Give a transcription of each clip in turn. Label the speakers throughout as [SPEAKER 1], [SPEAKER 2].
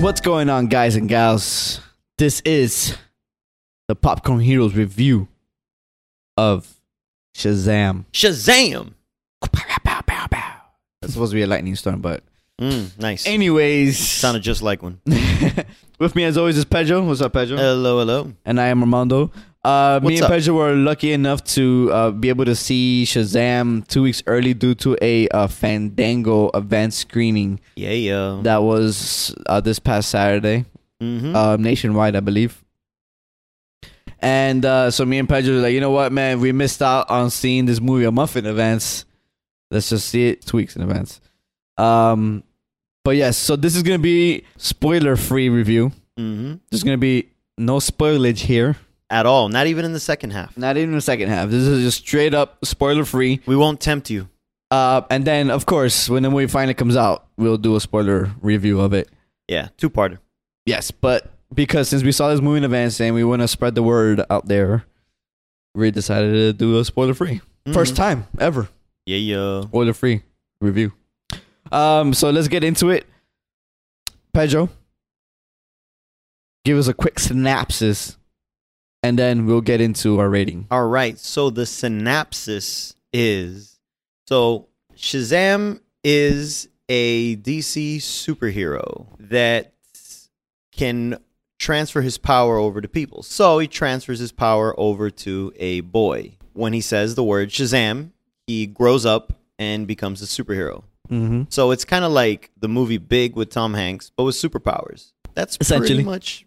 [SPEAKER 1] What's going on, guys and gals? This is the Popcorn Heroes review of Shazam.
[SPEAKER 2] Shazam!
[SPEAKER 1] That's supposed to be a lightning storm, but
[SPEAKER 2] Mm, nice.
[SPEAKER 1] anyways,
[SPEAKER 2] Sounded just like one.
[SPEAKER 1] with me as always is Pedro. What's up, Pedro?
[SPEAKER 2] Hello, hello.
[SPEAKER 1] and I am Armando. Uh, me
[SPEAKER 2] What's
[SPEAKER 1] and
[SPEAKER 2] up?
[SPEAKER 1] Pedro were lucky enough to uh, be able to see Shazam two weeks early due to a uh, Fandango advance screening
[SPEAKER 2] Yeah, yeah.
[SPEAKER 1] that was uh, this past Saturday.
[SPEAKER 2] hmm
[SPEAKER 1] um, nationwide, I believe. And uh, so me and Pedro were like, you know what, man, we missed out on seeing this movie a month in advance. Let's just see it two weeks in advance. Um, but yes, so this is gonna be spoiler-free review.
[SPEAKER 2] hmm
[SPEAKER 1] There's gonna be no spoilage here,
[SPEAKER 2] At all. Not even in the second half.
[SPEAKER 1] not even the second half. This is just straight up spoiler-free.
[SPEAKER 2] We won't tempt you.
[SPEAKER 1] Uh, and then, of course, when the movie finally comes out, we'll do a spoiler review of it.
[SPEAKER 2] Yeah, two-parter.
[SPEAKER 1] Yes, but because since we saw this movie in advance and we want to spread the word out there, we decided to do a spoiler free. First
[SPEAKER 2] Mhm.
[SPEAKER 1] time ever.
[SPEAKER 2] Yeah, yeah.
[SPEAKER 1] Spoiler free review. Um, so let's get into it. Pedro, give us a quick synopsis and then we'll get into our rating.
[SPEAKER 2] All right. So the synopsis is so Shazam is a DC superhero that can transfer his power over to people. So he transfers his power over to a boy. When he says the word Shazam, he grows up and becomes a superhero.
[SPEAKER 1] Mm-hmm.
[SPEAKER 2] So it's kind of like the movie Big with Tom Hanks, but with superpowers. That's
[SPEAKER 1] Essentially.
[SPEAKER 2] pretty much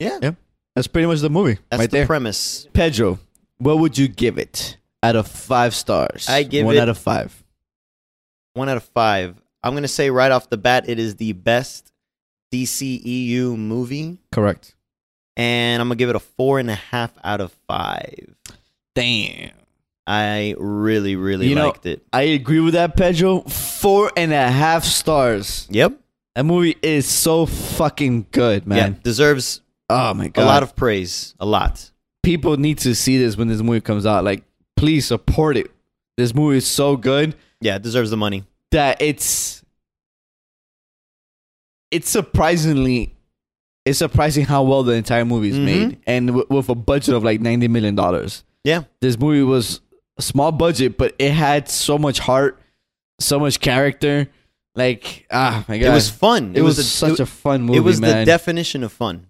[SPEAKER 1] That's pretty much the movie
[SPEAKER 2] that's
[SPEAKER 1] right
[SPEAKER 2] the
[SPEAKER 1] there.
[SPEAKER 2] premise.
[SPEAKER 1] Pedro, what would you give it out of five stars?
[SPEAKER 2] I give
[SPEAKER 1] one
[SPEAKER 2] it-
[SPEAKER 1] out of five.
[SPEAKER 2] one out of five. I'm gonna say right off the bat, it is the best DCEU movie,
[SPEAKER 1] Correct.
[SPEAKER 2] and I'm gonna give it a four and a half out of five.
[SPEAKER 1] Damn.
[SPEAKER 2] I really, really
[SPEAKER 1] You know-
[SPEAKER 2] liked it.
[SPEAKER 1] I agree with that, Pedro. Four and a half stars.
[SPEAKER 2] Yep.
[SPEAKER 1] That movie is so fucking good,
[SPEAKER 2] Yeah.
[SPEAKER 1] man.
[SPEAKER 2] Deserves
[SPEAKER 1] Oh my god.
[SPEAKER 2] a lot of praise. A lot.
[SPEAKER 1] people need to see this when this movie comes out. Like, please support it. This movie is so good
[SPEAKER 2] Yeah, it deserves the money.
[SPEAKER 1] that it's it's surprisingly it's surprising how well the entire movie is
[SPEAKER 2] Mhm.
[SPEAKER 1] made and w- with a budget of like 90 million dollars.
[SPEAKER 2] Yeah.
[SPEAKER 1] This movie was a small budget but it had so much heart, so much character. Like, ah, my god.
[SPEAKER 2] It was fun.
[SPEAKER 1] it, was, such
[SPEAKER 2] it,
[SPEAKER 1] a fun movie.
[SPEAKER 2] It was
[SPEAKER 1] man.
[SPEAKER 2] the definition of fun.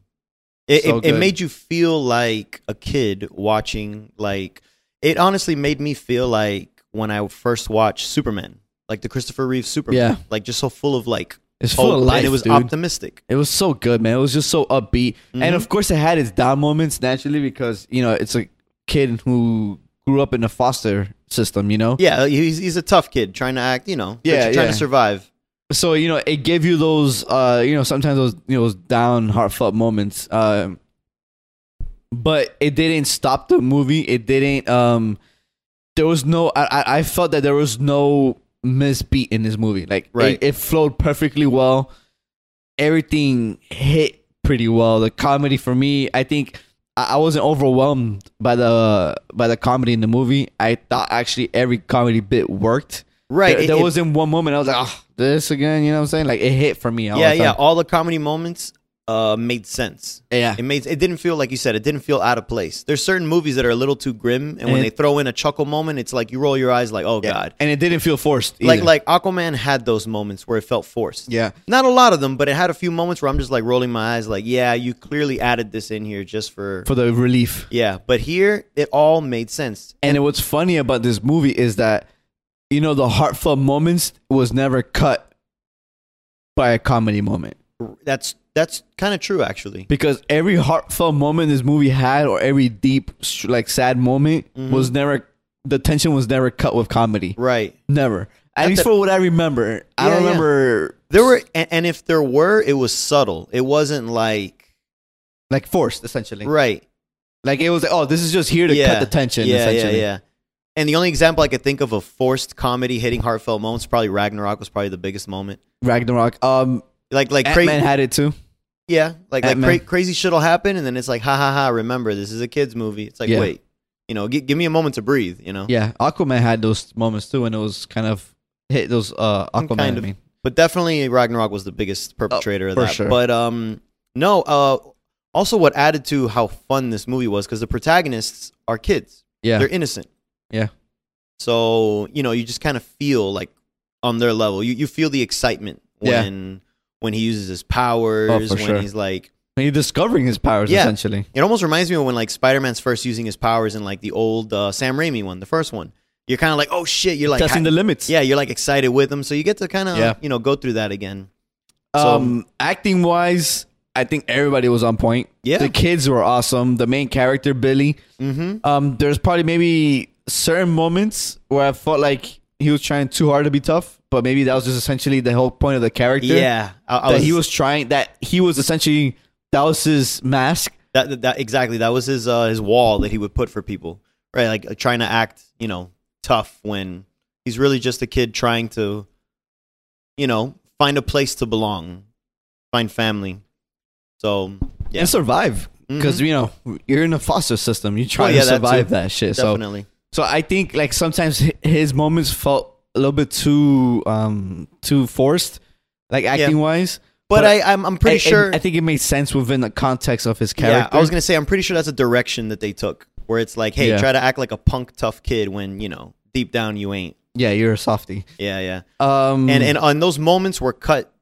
[SPEAKER 2] It,
[SPEAKER 1] So
[SPEAKER 2] it, it
[SPEAKER 1] good.
[SPEAKER 2] made you feel like a kid watching. Like it honestly made me feel like when I first watched Superman, like the Christopher Reeve Superman,
[SPEAKER 1] Yeah.
[SPEAKER 2] like just so full of like
[SPEAKER 1] It's full of
[SPEAKER 2] hope,
[SPEAKER 1] life.
[SPEAKER 2] and it was
[SPEAKER 1] dude.
[SPEAKER 2] optimistic.
[SPEAKER 1] it was so good, man. It was just so upbeat, and
[SPEAKER 2] Mhm.
[SPEAKER 1] of course, it had its down moments naturally because you know it's a kid who grew up in a foster system, you know.
[SPEAKER 2] Yeah, he's he's a tough kid trying to act, you know,
[SPEAKER 1] Yeah, yeah.
[SPEAKER 2] trying to survive.
[SPEAKER 1] So you know, it gave you those, uh, you know, sometimes those you know those down heartfelt moments. Um, but it didn't stop the movie. It didn't. Um, there was no. I I- I felt that there was no misbeat in this movie. Like it-
[SPEAKER 2] Right.
[SPEAKER 1] it, flowed perfectly well. Everything hit pretty well. The comedy for me, I think I, I wasn't overwhelmed by the by the comedy in the movie. I thought actually every comedy bit worked.
[SPEAKER 2] Right.
[SPEAKER 1] There,
[SPEAKER 2] it-
[SPEAKER 1] there
[SPEAKER 2] it-
[SPEAKER 1] wasn't one moment I was like, oh, this again. You know what I'm saying? Like it hit for me. All
[SPEAKER 2] yeah,
[SPEAKER 1] the
[SPEAKER 2] yeah.
[SPEAKER 1] time.
[SPEAKER 2] All the comedy moments uh made sense.
[SPEAKER 1] yeah,
[SPEAKER 2] It made it didn't feel like you said it didn't feel out of place. There's certain movies that are a little too grim, and, when
[SPEAKER 1] And-
[SPEAKER 2] they throw in a chuckle moment, it's like you roll your eyes like, oh
[SPEAKER 1] yeah.
[SPEAKER 2] god.
[SPEAKER 1] And it didn't feel forced.
[SPEAKER 2] Like
[SPEAKER 1] either.
[SPEAKER 2] like Aquaman had those moments where it felt forced.
[SPEAKER 1] yeah,
[SPEAKER 2] Not a lot of them, but it had a few moments where I'm just like rolling my eyes like, yeah, you clearly added this in here just for,
[SPEAKER 1] for the relief.
[SPEAKER 2] yeah. But here it all made sense.
[SPEAKER 1] And, what's funny about this movie is that you know the heartfelt moments was never cut by a comedy moment
[SPEAKER 2] That's that's kind of true actually.
[SPEAKER 1] because every heartfelt moment this movie had or every deep s- like sad moment
[SPEAKER 2] Mhm.
[SPEAKER 1] was never the tension was never cut with comedy.
[SPEAKER 2] Right.
[SPEAKER 1] Never. At
[SPEAKER 2] Not
[SPEAKER 1] least
[SPEAKER 2] that-
[SPEAKER 1] for what I remember. I
[SPEAKER 2] Yeah,
[SPEAKER 1] don't
[SPEAKER 2] yeah.
[SPEAKER 1] remember
[SPEAKER 2] There were and, and if there were, it was subtle. It wasn't like
[SPEAKER 1] like forced essentially.
[SPEAKER 2] right.
[SPEAKER 1] Like it was like, oh, this is just here to cut the tension.
[SPEAKER 2] Yeah, yeah,
[SPEAKER 1] essentially.
[SPEAKER 2] yeah. And the only example I could think of of forced comedy hitting heartfelt moments probably Ragnarok was probably the biggest moment.
[SPEAKER 1] Ragnarok. Um,
[SPEAKER 2] Like like
[SPEAKER 1] Ant
[SPEAKER 2] crazy,
[SPEAKER 1] Man had it too.
[SPEAKER 2] yeah, like like
[SPEAKER 1] Ant-Man.
[SPEAKER 2] cra- crazy shit'll happen, and then it's like ha ha ha. Remember, this is a kids movie. It's like
[SPEAKER 1] Yeah.
[SPEAKER 2] wait, you know, gi- give me a moment to breathe. You know,
[SPEAKER 1] Yeah, Aquaman had those moments too, and it was kind of hit those uh Aquaman.
[SPEAKER 2] Kind
[SPEAKER 1] I
[SPEAKER 2] of.
[SPEAKER 1] mean,
[SPEAKER 2] but but definitely Ragnarok was the biggest perpetrator of
[SPEAKER 1] Oh, for
[SPEAKER 2] that.
[SPEAKER 1] sure.
[SPEAKER 2] But um, no. Uh, also, what added to how fun this movie was because the protagonists are kids.
[SPEAKER 1] Yeah.
[SPEAKER 2] They're innocent.
[SPEAKER 1] Yeah.
[SPEAKER 2] So you know, you just kind of feel like on their level. You you feel the excitement
[SPEAKER 1] Yeah.
[SPEAKER 2] when when he uses his powers.
[SPEAKER 1] Oh, for
[SPEAKER 2] when
[SPEAKER 1] sure.
[SPEAKER 2] he's like,
[SPEAKER 1] He's discovering his powers
[SPEAKER 2] Yeah.
[SPEAKER 1] essentially.
[SPEAKER 2] it almost reminds me of when like Spider Man's first using his powers in like the old uh, Sam Raimi one, the first one. You're kind of like, oh shit! You're like
[SPEAKER 1] Testing the limits.
[SPEAKER 2] yeah, you're like excited with them, so you get to kind of
[SPEAKER 1] Yeah.
[SPEAKER 2] you know go through that again. So-
[SPEAKER 1] Um, acting wise, I think everybody was on point.
[SPEAKER 2] Yeah.
[SPEAKER 1] The kids were awesome. The main character Billy.
[SPEAKER 2] Mm-hmm.
[SPEAKER 1] Um, there's probably maybe certain moments where I felt like he was trying too hard to be tough, but maybe that was just essentially the whole point of the character.
[SPEAKER 2] Yeah, I, I
[SPEAKER 1] that he was trying. That he was essentially that was his mask.
[SPEAKER 2] that, that, that- exactly that was his uh, his wall that he would put for people, right? Like uh, trying to act you know tough when he's really just a kid trying to you know find a place to belong, find family. So mm-hmm, yeah,
[SPEAKER 1] and survive because you know you're in a foster system. You try
[SPEAKER 2] Well, Oh, yeah,
[SPEAKER 1] to
[SPEAKER 2] that
[SPEAKER 1] survive
[SPEAKER 2] too.
[SPEAKER 1] that, shit.
[SPEAKER 2] definitely.
[SPEAKER 1] So so I think like sometimes hi- his moments felt a little bit too um too forced, like acting wise.
[SPEAKER 2] but
[SPEAKER 1] but
[SPEAKER 2] I I'm, I'm pretty
[SPEAKER 1] I- I-
[SPEAKER 2] sure.
[SPEAKER 1] I, think it made sense within the context of his character.
[SPEAKER 2] Yeah, I was gonna say I'm pretty sure that's a direction that they took, where it's like, hey,
[SPEAKER 1] Yeah.
[SPEAKER 2] try to act like a punk tough kid when you know deep down you ain't.
[SPEAKER 1] yeah, you're a softie.
[SPEAKER 2] Yeah, yeah.
[SPEAKER 1] Um,
[SPEAKER 2] and and on those moments were cut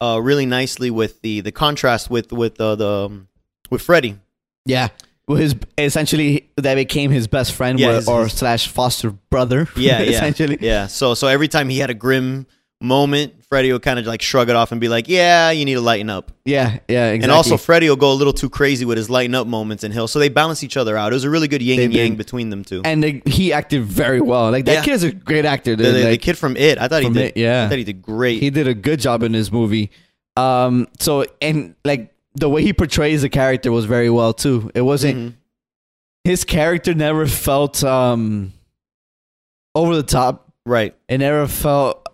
[SPEAKER 2] uh, really nicely with the the contrast with with uh, the um, with Freddy.
[SPEAKER 1] yeah, well, his essentially that became his best friend
[SPEAKER 2] Yeah,
[SPEAKER 1] wa-
[SPEAKER 2] his-
[SPEAKER 1] or
[SPEAKER 2] his-
[SPEAKER 1] slash foster brother.
[SPEAKER 2] Yeah, yeah,
[SPEAKER 1] essentially.
[SPEAKER 2] Yeah. So so every time he had a grim moment, Freddy would kind of like shrug it off and be like, "Yeah, you need to lighten up."
[SPEAKER 1] Yeah, yeah, exactly.
[SPEAKER 2] And also Freddy will go a little too crazy with his lighten up moments and he'll so they balance each other out. It was a really good yin
[SPEAKER 1] They
[SPEAKER 2] and yang
[SPEAKER 1] did.
[SPEAKER 2] between them two.
[SPEAKER 1] and they, he acted very well. Like that
[SPEAKER 2] Yeah.
[SPEAKER 1] kid is a great actor.
[SPEAKER 2] the,
[SPEAKER 1] dude.
[SPEAKER 2] the- the
[SPEAKER 1] Like,
[SPEAKER 2] kid from it, I thought he
[SPEAKER 1] from It,
[SPEAKER 2] did.
[SPEAKER 1] yeah.
[SPEAKER 2] I thought he did great.
[SPEAKER 1] he did a good job in this movie. Um, so and like the way he portrays the character was very well too. It wasn't
[SPEAKER 2] Mhm.
[SPEAKER 1] his character never felt um over the top.
[SPEAKER 2] Right.
[SPEAKER 1] It never felt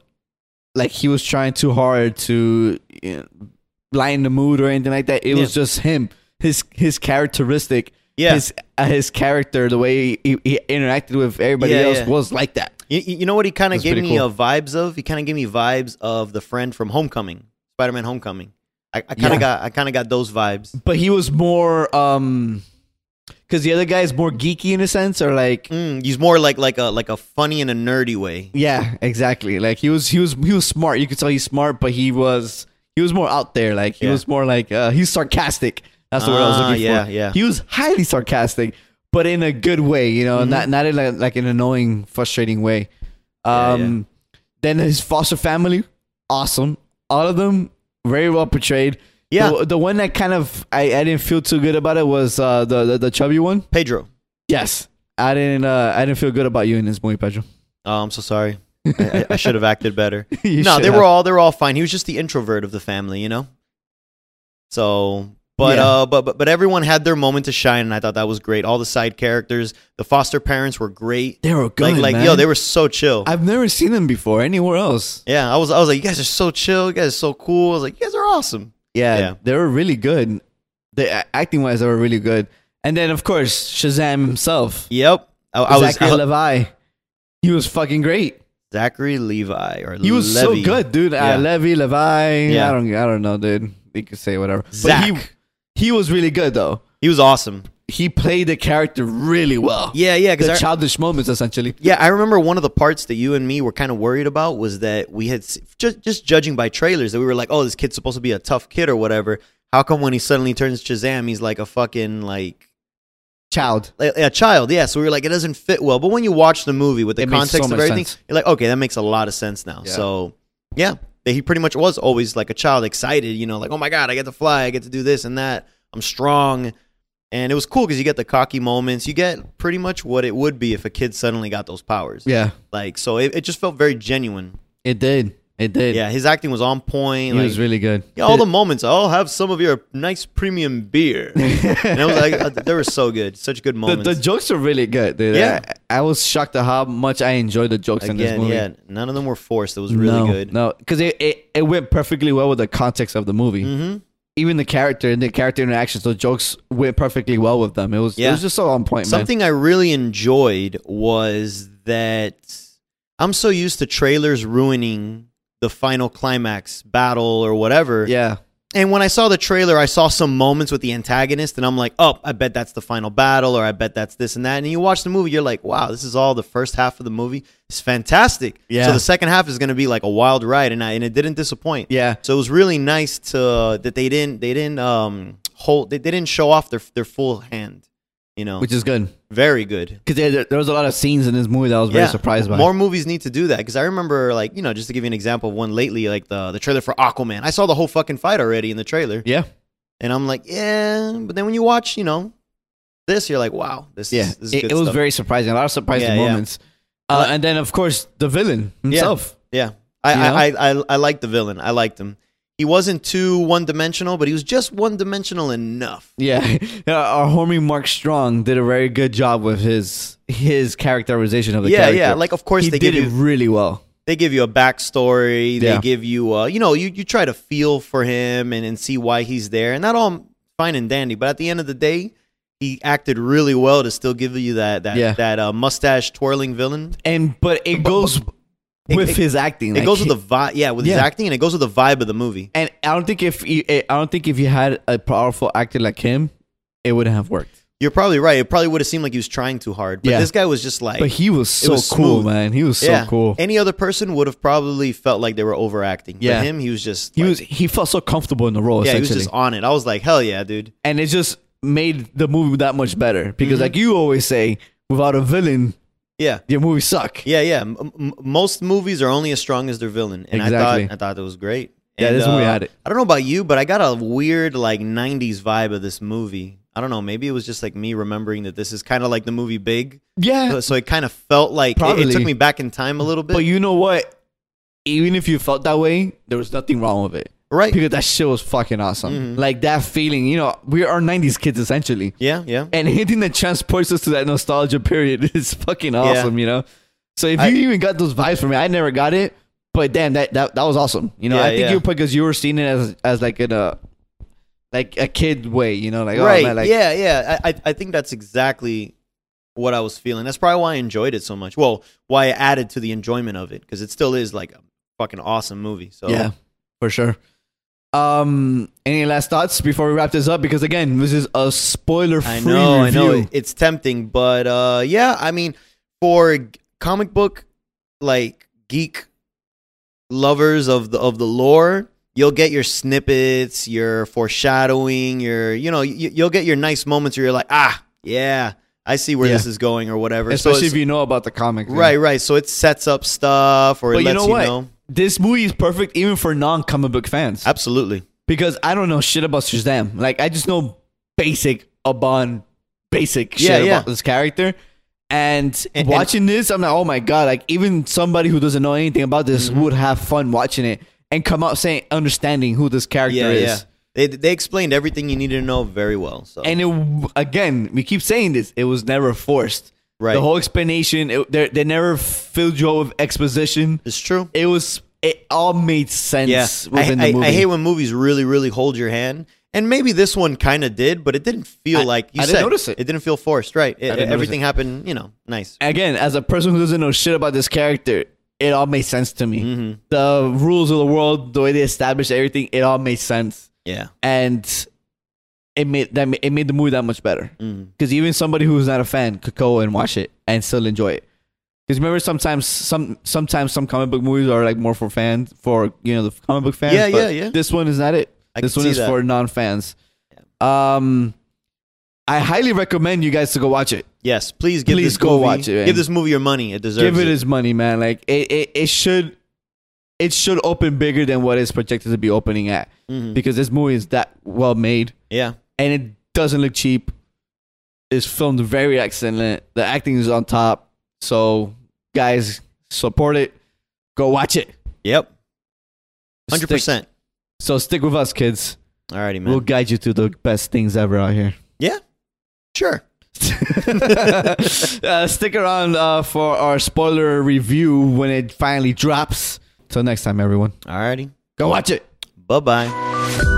[SPEAKER 1] like he was trying too hard to you know, lighten the mood or anything like that. It was just him, his his characteristic,
[SPEAKER 2] Yeah.
[SPEAKER 1] his uh, his character, the way he, he interacted with everybody
[SPEAKER 2] Yeah,
[SPEAKER 1] else
[SPEAKER 2] yeah.
[SPEAKER 1] was like that.
[SPEAKER 2] You, you know what he kind of
[SPEAKER 1] That's
[SPEAKER 2] gave
[SPEAKER 1] pretty
[SPEAKER 2] me
[SPEAKER 1] cool.
[SPEAKER 2] uh, vibes of? He kind of gave me vibes of the friend from Homecoming, Spider-Man Homecoming. I, I kind of
[SPEAKER 1] Yeah.
[SPEAKER 2] got I kind of got those vibes.
[SPEAKER 1] but he was more um because the other guy is more geeky in a sense or like
[SPEAKER 2] Mm, he's more like like a like a funny in a nerdy way.
[SPEAKER 1] yeah exactly like he was he was he was smart you could tell he's smart but he was he was more out there like he
[SPEAKER 2] Yeah.
[SPEAKER 1] was more like uh he's sarcastic that's the word i was
[SPEAKER 2] Ah,
[SPEAKER 1] looking
[SPEAKER 2] yeah,
[SPEAKER 1] for
[SPEAKER 2] yeah.
[SPEAKER 1] he was highly sarcastic but in a good way you know not not in like, like an annoying frustrating way
[SPEAKER 2] Mm-hmm. Yeah,
[SPEAKER 1] um then his foster family awesome all of them very well portrayed
[SPEAKER 2] Yeah.
[SPEAKER 1] the, the one that kind of I, I didn't feel too good about it was uh the the, the chubby one
[SPEAKER 2] Pedro.
[SPEAKER 1] Yes. I didn't. Uh, I didn't feel good about you in this movie, Pedro.
[SPEAKER 2] Oh, I'm so sorry. I, I, I should have acted better.
[SPEAKER 1] You
[SPEAKER 2] no,
[SPEAKER 1] should
[SPEAKER 2] they
[SPEAKER 1] have.
[SPEAKER 2] were all they were all fine. He was just the introvert of the family, you know. So, but
[SPEAKER 1] Yeah.
[SPEAKER 2] uh, but but but everyone had their moment to shine, and I thought that was great. All the side characters, the foster parents were great.
[SPEAKER 1] They were good.
[SPEAKER 2] like like
[SPEAKER 1] man.
[SPEAKER 2] yo, they were so chill.
[SPEAKER 1] I've never seen them before anywhere else.
[SPEAKER 2] Yeah, I was I was like, you guys are so chill, you guys are so cool. I was like, you guys are awesome.
[SPEAKER 1] Yeah,
[SPEAKER 2] Yeah.
[SPEAKER 1] they were really good. They acting wise, they were really good. And then of course Shazam himself,
[SPEAKER 2] Yep. I, I was
[SPEAKER 1] Zachary
[SPEAKER 2] I-
[SPEAKER 1] Levi. He was fucking great.
[SPEAKER 2] Zachary Levi or
[SPEAKER 1] He was
[SPEAKER 2] Levy.
[SPEAKER 1] so good, dude.
[SPEAKER 2] Yeah.
[SPEAKER 1] Uh, Levy Levi.
[SPEAKER 2] Yeah.
[SPEAKER 1] I don't. I don't know, dude. You could say whatever. But
[SPEAKER 2] Zach.
[SPEAKER 1] he, he was really good though.
[SPEAKER 2] He was awesome.
[SPEAKER 1] He played the character really well.
[SPEAKER 2] Yeah, yeah,
[SPEAKER 1] The
[SPEAKER 2] because
[SPEAKER 1] childish moments, essentially.
[SPEAKER 2] yeah, I remember one of the parts that you and me were kind of worried about was that we had s- just just judging by trailers that we were like, oh, this kid's supposed to be a tough kid or whatever. How come when he suddenly turns Shazam, he's like a fucking like
[SPEAKER 1] Child.
[SPEAKER 2] like a child? Yeah, so we were like, it doesn't fit well. But when you watch the movie with the
[SPEAKER 1] It makes so
[SPEAKER 2] context of
[SPEAKER 1] much
[SPEAKER 2] everything,
[SPEAKER 1] sense.
[SPEAKER 2] you're like, okay, that makes a lot of sense now.
[SPEAKER 1] Yeah.
[SPEAKER 2] So yeah, that he pretty much was always like a child, excited, you know, like oh my god, I get to fly, I get to do this and that, I'm strong, and it was cool because you get the cocky moments, you get pretty much what it would be if a kid suddenly got those powers.
[SPEAKER 1] Yeah.
[SPEAKER 2] Like so, it, it just felt very genuine.
[SPEAKER 1] It did. It did.
[SPEAKER 2] Yeah, his acting was on
[SPEAKER 1] He
[SPEAKER 2] point. like,
[SPEAKER 1] was really good.
[SPEAKER 2] yeah, all the moments. I'll have some of your nice premium beer. and I was like, uh, they were so good, such good
[SPEAKER 1] the,
[SPEAKER 2] moments.
[SPEAKER 1] the jokes are really good, dude.
[SPEAKER 2] Yeah.
[SPEAKER 1] I, I was shocked at how much I enjoyed the jokes in this
[SPEAKER 2] Again,
[SPEAKER 1] movie.
[SPEAKER 2] yeah, none of them were forced. It was really
[SPEAKER 1] no,
[SPEAKER 2] good.
[SPEAKER 1] No, because it, it, it went perfectly well with the context of the movie.
[SPEAKER 2] Mm-hmm.
[SPEAKER 1] Even the character and the character interactions, the jokes went perfectly well with them. It was it
[SPEAKER 2] Yeah.
[SPEAKER 1] was just so on point, man.
[SPEAKER 2] Something I really enjoyed was that I'm so used to trailers ruining the final climax battle or whatever.
[SPEAKER 1] Yeah.
[SPEAKER 2] And when I saw the trailer, I saw some moments with the antagonist, and I'm like, oh, I bet that's the final battle, or I bet that's this and that. And you watch the movie, you're like, wow, this is all the first half of the movie. It's fantastic.
[SPEAKER 1] Yeah.
[SPEAKER 2] So the second half is going to be like a wild ride, and I, and it didn't disappoint.
[SPEAKER 1] Yeah.
[SPEAKER 2] So it was really nice to uh, that they didn't they didn't um hold they, they didn't show off their their full hand, you know,
[SPEAKER 1] Which is good.
[SPEAKER 2] very good.
[SPEAKER 1] Because there, there was a lot of scenes in this movie that I was very surprised by.
[SPEAKER 2] More movies need to do that because I remember, like, you know, just to give you an example of one lately, like the the trailer for Aquaman. I saw the whole fucking fight already in the trailer,
[SPEAKER 1] yeah.
[SPEAKER 2] and I'm like, yeah. But then when you watch, you know, this, you're like, wow, this
[SPEAKER 1] Yeah.
[SPEAKER 2] is this is
[SPEAKER 1] it
[SPEAKER 2] good
[SPEAKER 1] it was
[SPEAKER 2] stuff.
[SPEAKER 1] very surprising. A lot of surprising
[SPEAKER 2] Yeah, yeah.
[SPEAKER 1] moments. Uh, and then, of course, the villain himself.
[SPEAKER 2] yeah. I
[SPEAKER 1] you know?
[SPEAKER 2] I, I I I liked the villain. I liked him. He wasn't too one dimensional, but he was just one dimensional enough.
[SPEAKER 1] Yeah. Uh, Our homie Mark Strong did a very good job with his his characterization of the
[SPEAKER 2] yeah,
[SPEAKER 1] character.
[SPEAKER 2] yeah. Like, of course,
[SPEAKER 1] he
[SPEAKER 2] they
[SPEAKER 1] did
[SPEAKER 2] give
[SPEAKER 1] it
[SPEAKER 2] you
[SPEAKER 1] really well.
[SPEAKER 2] they give you a backstory.
[SPEAKER 1] Yeah.
[SPEAKER 2] They give you, uh, you know, you, you try to feel for him and, and see why he's there. And that all fine and dandy. But at the end of the day, he acted really well to still give you that that
[SPEAKER 1] Yeah.
[SPEAKER 2] that uh, mustache twirling villain.
[SPEAKER 1] And but it goes with
[SPEAKER 2] it-
[SPEAKER 1] his acting.
[SPEAKER 2] It goes with the vibe, yeah, with his
[SPEAKER 1] Yeah.
[SPEAKER 2] acting, and it goes with the vibe of the movie.
[SPEAKER 1] And I don't think if you, eh, I don't think if you had a powerful actor like him, it wouldn't have worked.
[SPEAKER 2] You're probably right. It probably would have seemed like he was trying too hard. But
[SPEAKER 1] Yeah.
[SPEAKER 2] this guy was just like,
[SPEAKER 1] But he was so
[SPEAKER 2] was
[SPEAKER 1] cool,
[SPEAKER 2] smooth.
[SPEAKER 1] man. He was so
[SPEAKER 2] yeah.
[SPEAKER 1] cool.
[SPEAKER 2] Any other person would have probably felt like they were overacting.
[SPEAKER 1] Yeah.
[SPEAKER 2] But him, he was just,
[SPEAKER 1] he
[SPEAKER 2] like-
[SPEAKER 1] was he felt so comfortable in the role
[SPEAKER 2] yeah, he was
[SPEAKER 1] essentially,
[SPEAKER 2] just on it. I was like, hell yeah, dude.
[SPEAKER 1] and it just made the movie that much better because
[SPEAKER 2] Mhm.
[SPEAKER 1] like you always say, without a villain,
[SPEAKER 2] Yeah.
[SPEAKER 1] your movies suck.
[SPEAKER 2] Yeah, yeah. M- m- most movies are only as strong as their villain, and I
[SPEAKER 1] Exactly.
[SPEAKER 2] thought I thought that was great.
[SPEAKER 1] Yeah,
[SPEAKER 2] and, uh,
[SPEAKER 1] this movie had it.
[SPEAKER 2] I don't know about you, but I got a weird like '90s vibe of this movie. I don't know. Maybe it was just like me remembering that this is kind of like the movie Big,
[SPEAKER 1] Yeah,
[SPEAKER 2] so it kind of felt like it- it,
[SPEAKER 1] Probably.
[SPEAKER 2] took me back in time a little bit.
[SPEAKER 1] but you know what? Even if you felt that way, there was nothing wrong with it
[SPEAKER 2] right?
[SPEAKER 1] because that shit was fucking awesome.
[SPEAKER 2] Mm-hmm.
[SPEAKER 1] Like that feeling, you know, we are '90s kids essentially.
[SPEAKER 2] yeah, yeah.
[SPEAKER 1] and anything that transports us to that nostalgia period is fucking awesome, you know. So if
[SPEAKER 2] I-
[SPEAKER 1] you even got those vibes from me, I never got it, but damn, that that, that was awesome. You know,
[SPEAKER 2] Yeah,
[SPEAKER 1] I think
[SPEAKER 2] yeah.
[SPEAKER 1] you because you were seeing it as as like in a like a kid way, you know, like
[SPEAKER 2] right.
[SPEAKER 1] oh man, like
[SPEAKER 2] yeah, yeah. I, I I think that's exactly what I was feeling. That's probably why I enjoyed it so much. Well, why I added to the enjoyment of it because it still is like a fucking awesome movie. So
[SPEAKER 1] yeah, for sure. Um, any last thoughts before we wrap this up? Because again, this is a spoiler free
[SPEAKER 2] I know, I
[SPEAKER 1] review.
[SPEAKER 2] know. It- It's tempting, but uh, yeah, I mean, for g- comic book like geek lovers of the of the lore, you'll get your snippets, your foreshadowing, your you know, you, you'll get your nice moments where you're like, ah, yeah, I see where
[SPEAKER 1] Yeah.
[SPEAKER 2] this is going or whatever. So
[SPEAKER 1] Especially
[SPEAKER 2] it's-
[SPEAKER 1] if you know about the comic,
[SPEAKER 2] right, right. So it sets up stuff or
[SPEAKER 1] But
[SPEAKER 2] it
[SPEAKER 1] you
[SPEAKER 2] lets
[SPEAKER 1] know
[SPEAKER 2] you
[SPEAKER 1] what?
[SPEAKER 2] know.
[SPEAKER 1] This movie is perfect even for non comic book fans.
[SPEAKER 2] Absolutely.
[SPEAKER 1] because I don't know shit about Shazam. Like I just know basic upon basic
[SPEAKER 2] Yeah,
[SPEAKER 1] shit
[SPEAKER 2] yeah.
[SPEAKER 1] about this character. And,
[SPEAKER 2] And-
[SPEAKER 1] watching this, I'm like, oh my god! Like even somebody who doesn't know anything about this
[SPEAKER 2] Mm-hmm.
[SPEAKER 1] would have fun watching it and come out saying understanding who this character is.
[SPEAKER 2] Yeah, yeah. They they explained everything you needed to know very well. So
[SPEAKER 1] And it again, we keep saying this. It was never forced.
[SPEAKER 2] right,
[SPEAKER 1] The whole explanation, it, they they never filled you up with exposition.
[SPEAKER 2] it's true.
[SPEAKER 1] It was it all made sense
[SPEAKER 2] Yeah, I,
[SPEAKER 1] within
[SPEAKER 2] I-
[SPEAKER 1] the movie.
[SPEAKER 2] I hate when movies really, really hold your hand. And maybe this one kind of did, but it didn't feel
[SPEAKER 1] I-
[SPEAKER 2] like you
[SPEAKER 1] I
[SPEAKER 2] said.
[SPEAKER 1] didn't notice it.
[SPEAKER 2] It didn't feel forced, right? It-
[SPEAKER 1] didn't notice
[SPEAKER 2] everything happened, you know, nice.
[SPEAKER 1] again, as a person who doesn't know shit about this character, it all made sense to me.
[SPEAKER 2] Mhm.
[SPEAKER 1] The rules of the world, the way they established everything, it all made sense,
[SPEAKER 2] Yeah.
[SPEAKER 1] and it made that ma- it made the movie that much better.
[SPEAKER 2] Mhm.
[SPEAKER 1] Because even somebody who's not a fan could go and watch it and still enjoy it. Because remember, sometimes some sometimes some comic book movies are like more for fans, for you know the comic book fans.
[SPEAKER 2] Yeah,
[SPEAKER 1] but
[SPEAKER 2] yeah, yeah.
[SPEAKER 1] This one is not it.
[SPEAKER 2] I
[SPEAKER 1] this
[SPEAKER 2] can
[SPEAKER 1] one
[SPEAKER 2] see
[SPEAKER 1] is
[SPEAKER 2] that.
[SPEAKER 1] for non fans. Um, I highly recommend you guys to go watch it.
[SPEAKER 2] Yes, please give
[SPEAKER 1] Please
[SPEAKER 2] this
[SPEAKER 1] go
[SPEAKER 2] movie,
[SPEAKER 1] watch it, man.
[SPEAKER 2] Give this movie your money. It deserves
[SPEAKER 1] give it
[SPEAKER 2] it.
[SPEAKER 1] his money, man. Like it, it, it should, it should open bigger than what it's projected to be opening at
[SPEAKER 2] Mhm.
[SPEAKER 1] because this movie is that well made
[SPEAKER 2] Yeah.
[SPEAKER 1] and it doesn't look cheap. It's filmed very excellent. The acting is on top. So guys, support it. Go watch it.
[SPEAKER 2] Yep. Hundred
[SPEAKER 1] Stick-
[SPEAKER 2] percent.
[SPEAKER 1] So stick with us, kids.
[SPEAKER 2] Alrighty, man.
[SPEAKER 1] We'll guide you to the best things ever out here.
[SPEAKER 2] sure.
[SPEAKER 1] uh, stick around uh, for our spoiler review when it finally drops. Till next time, everyone.
[SPEAKER 2] Alrighty.
[SPEAKER 1] Go watch it.
[SPEAKER 2] Bye bye.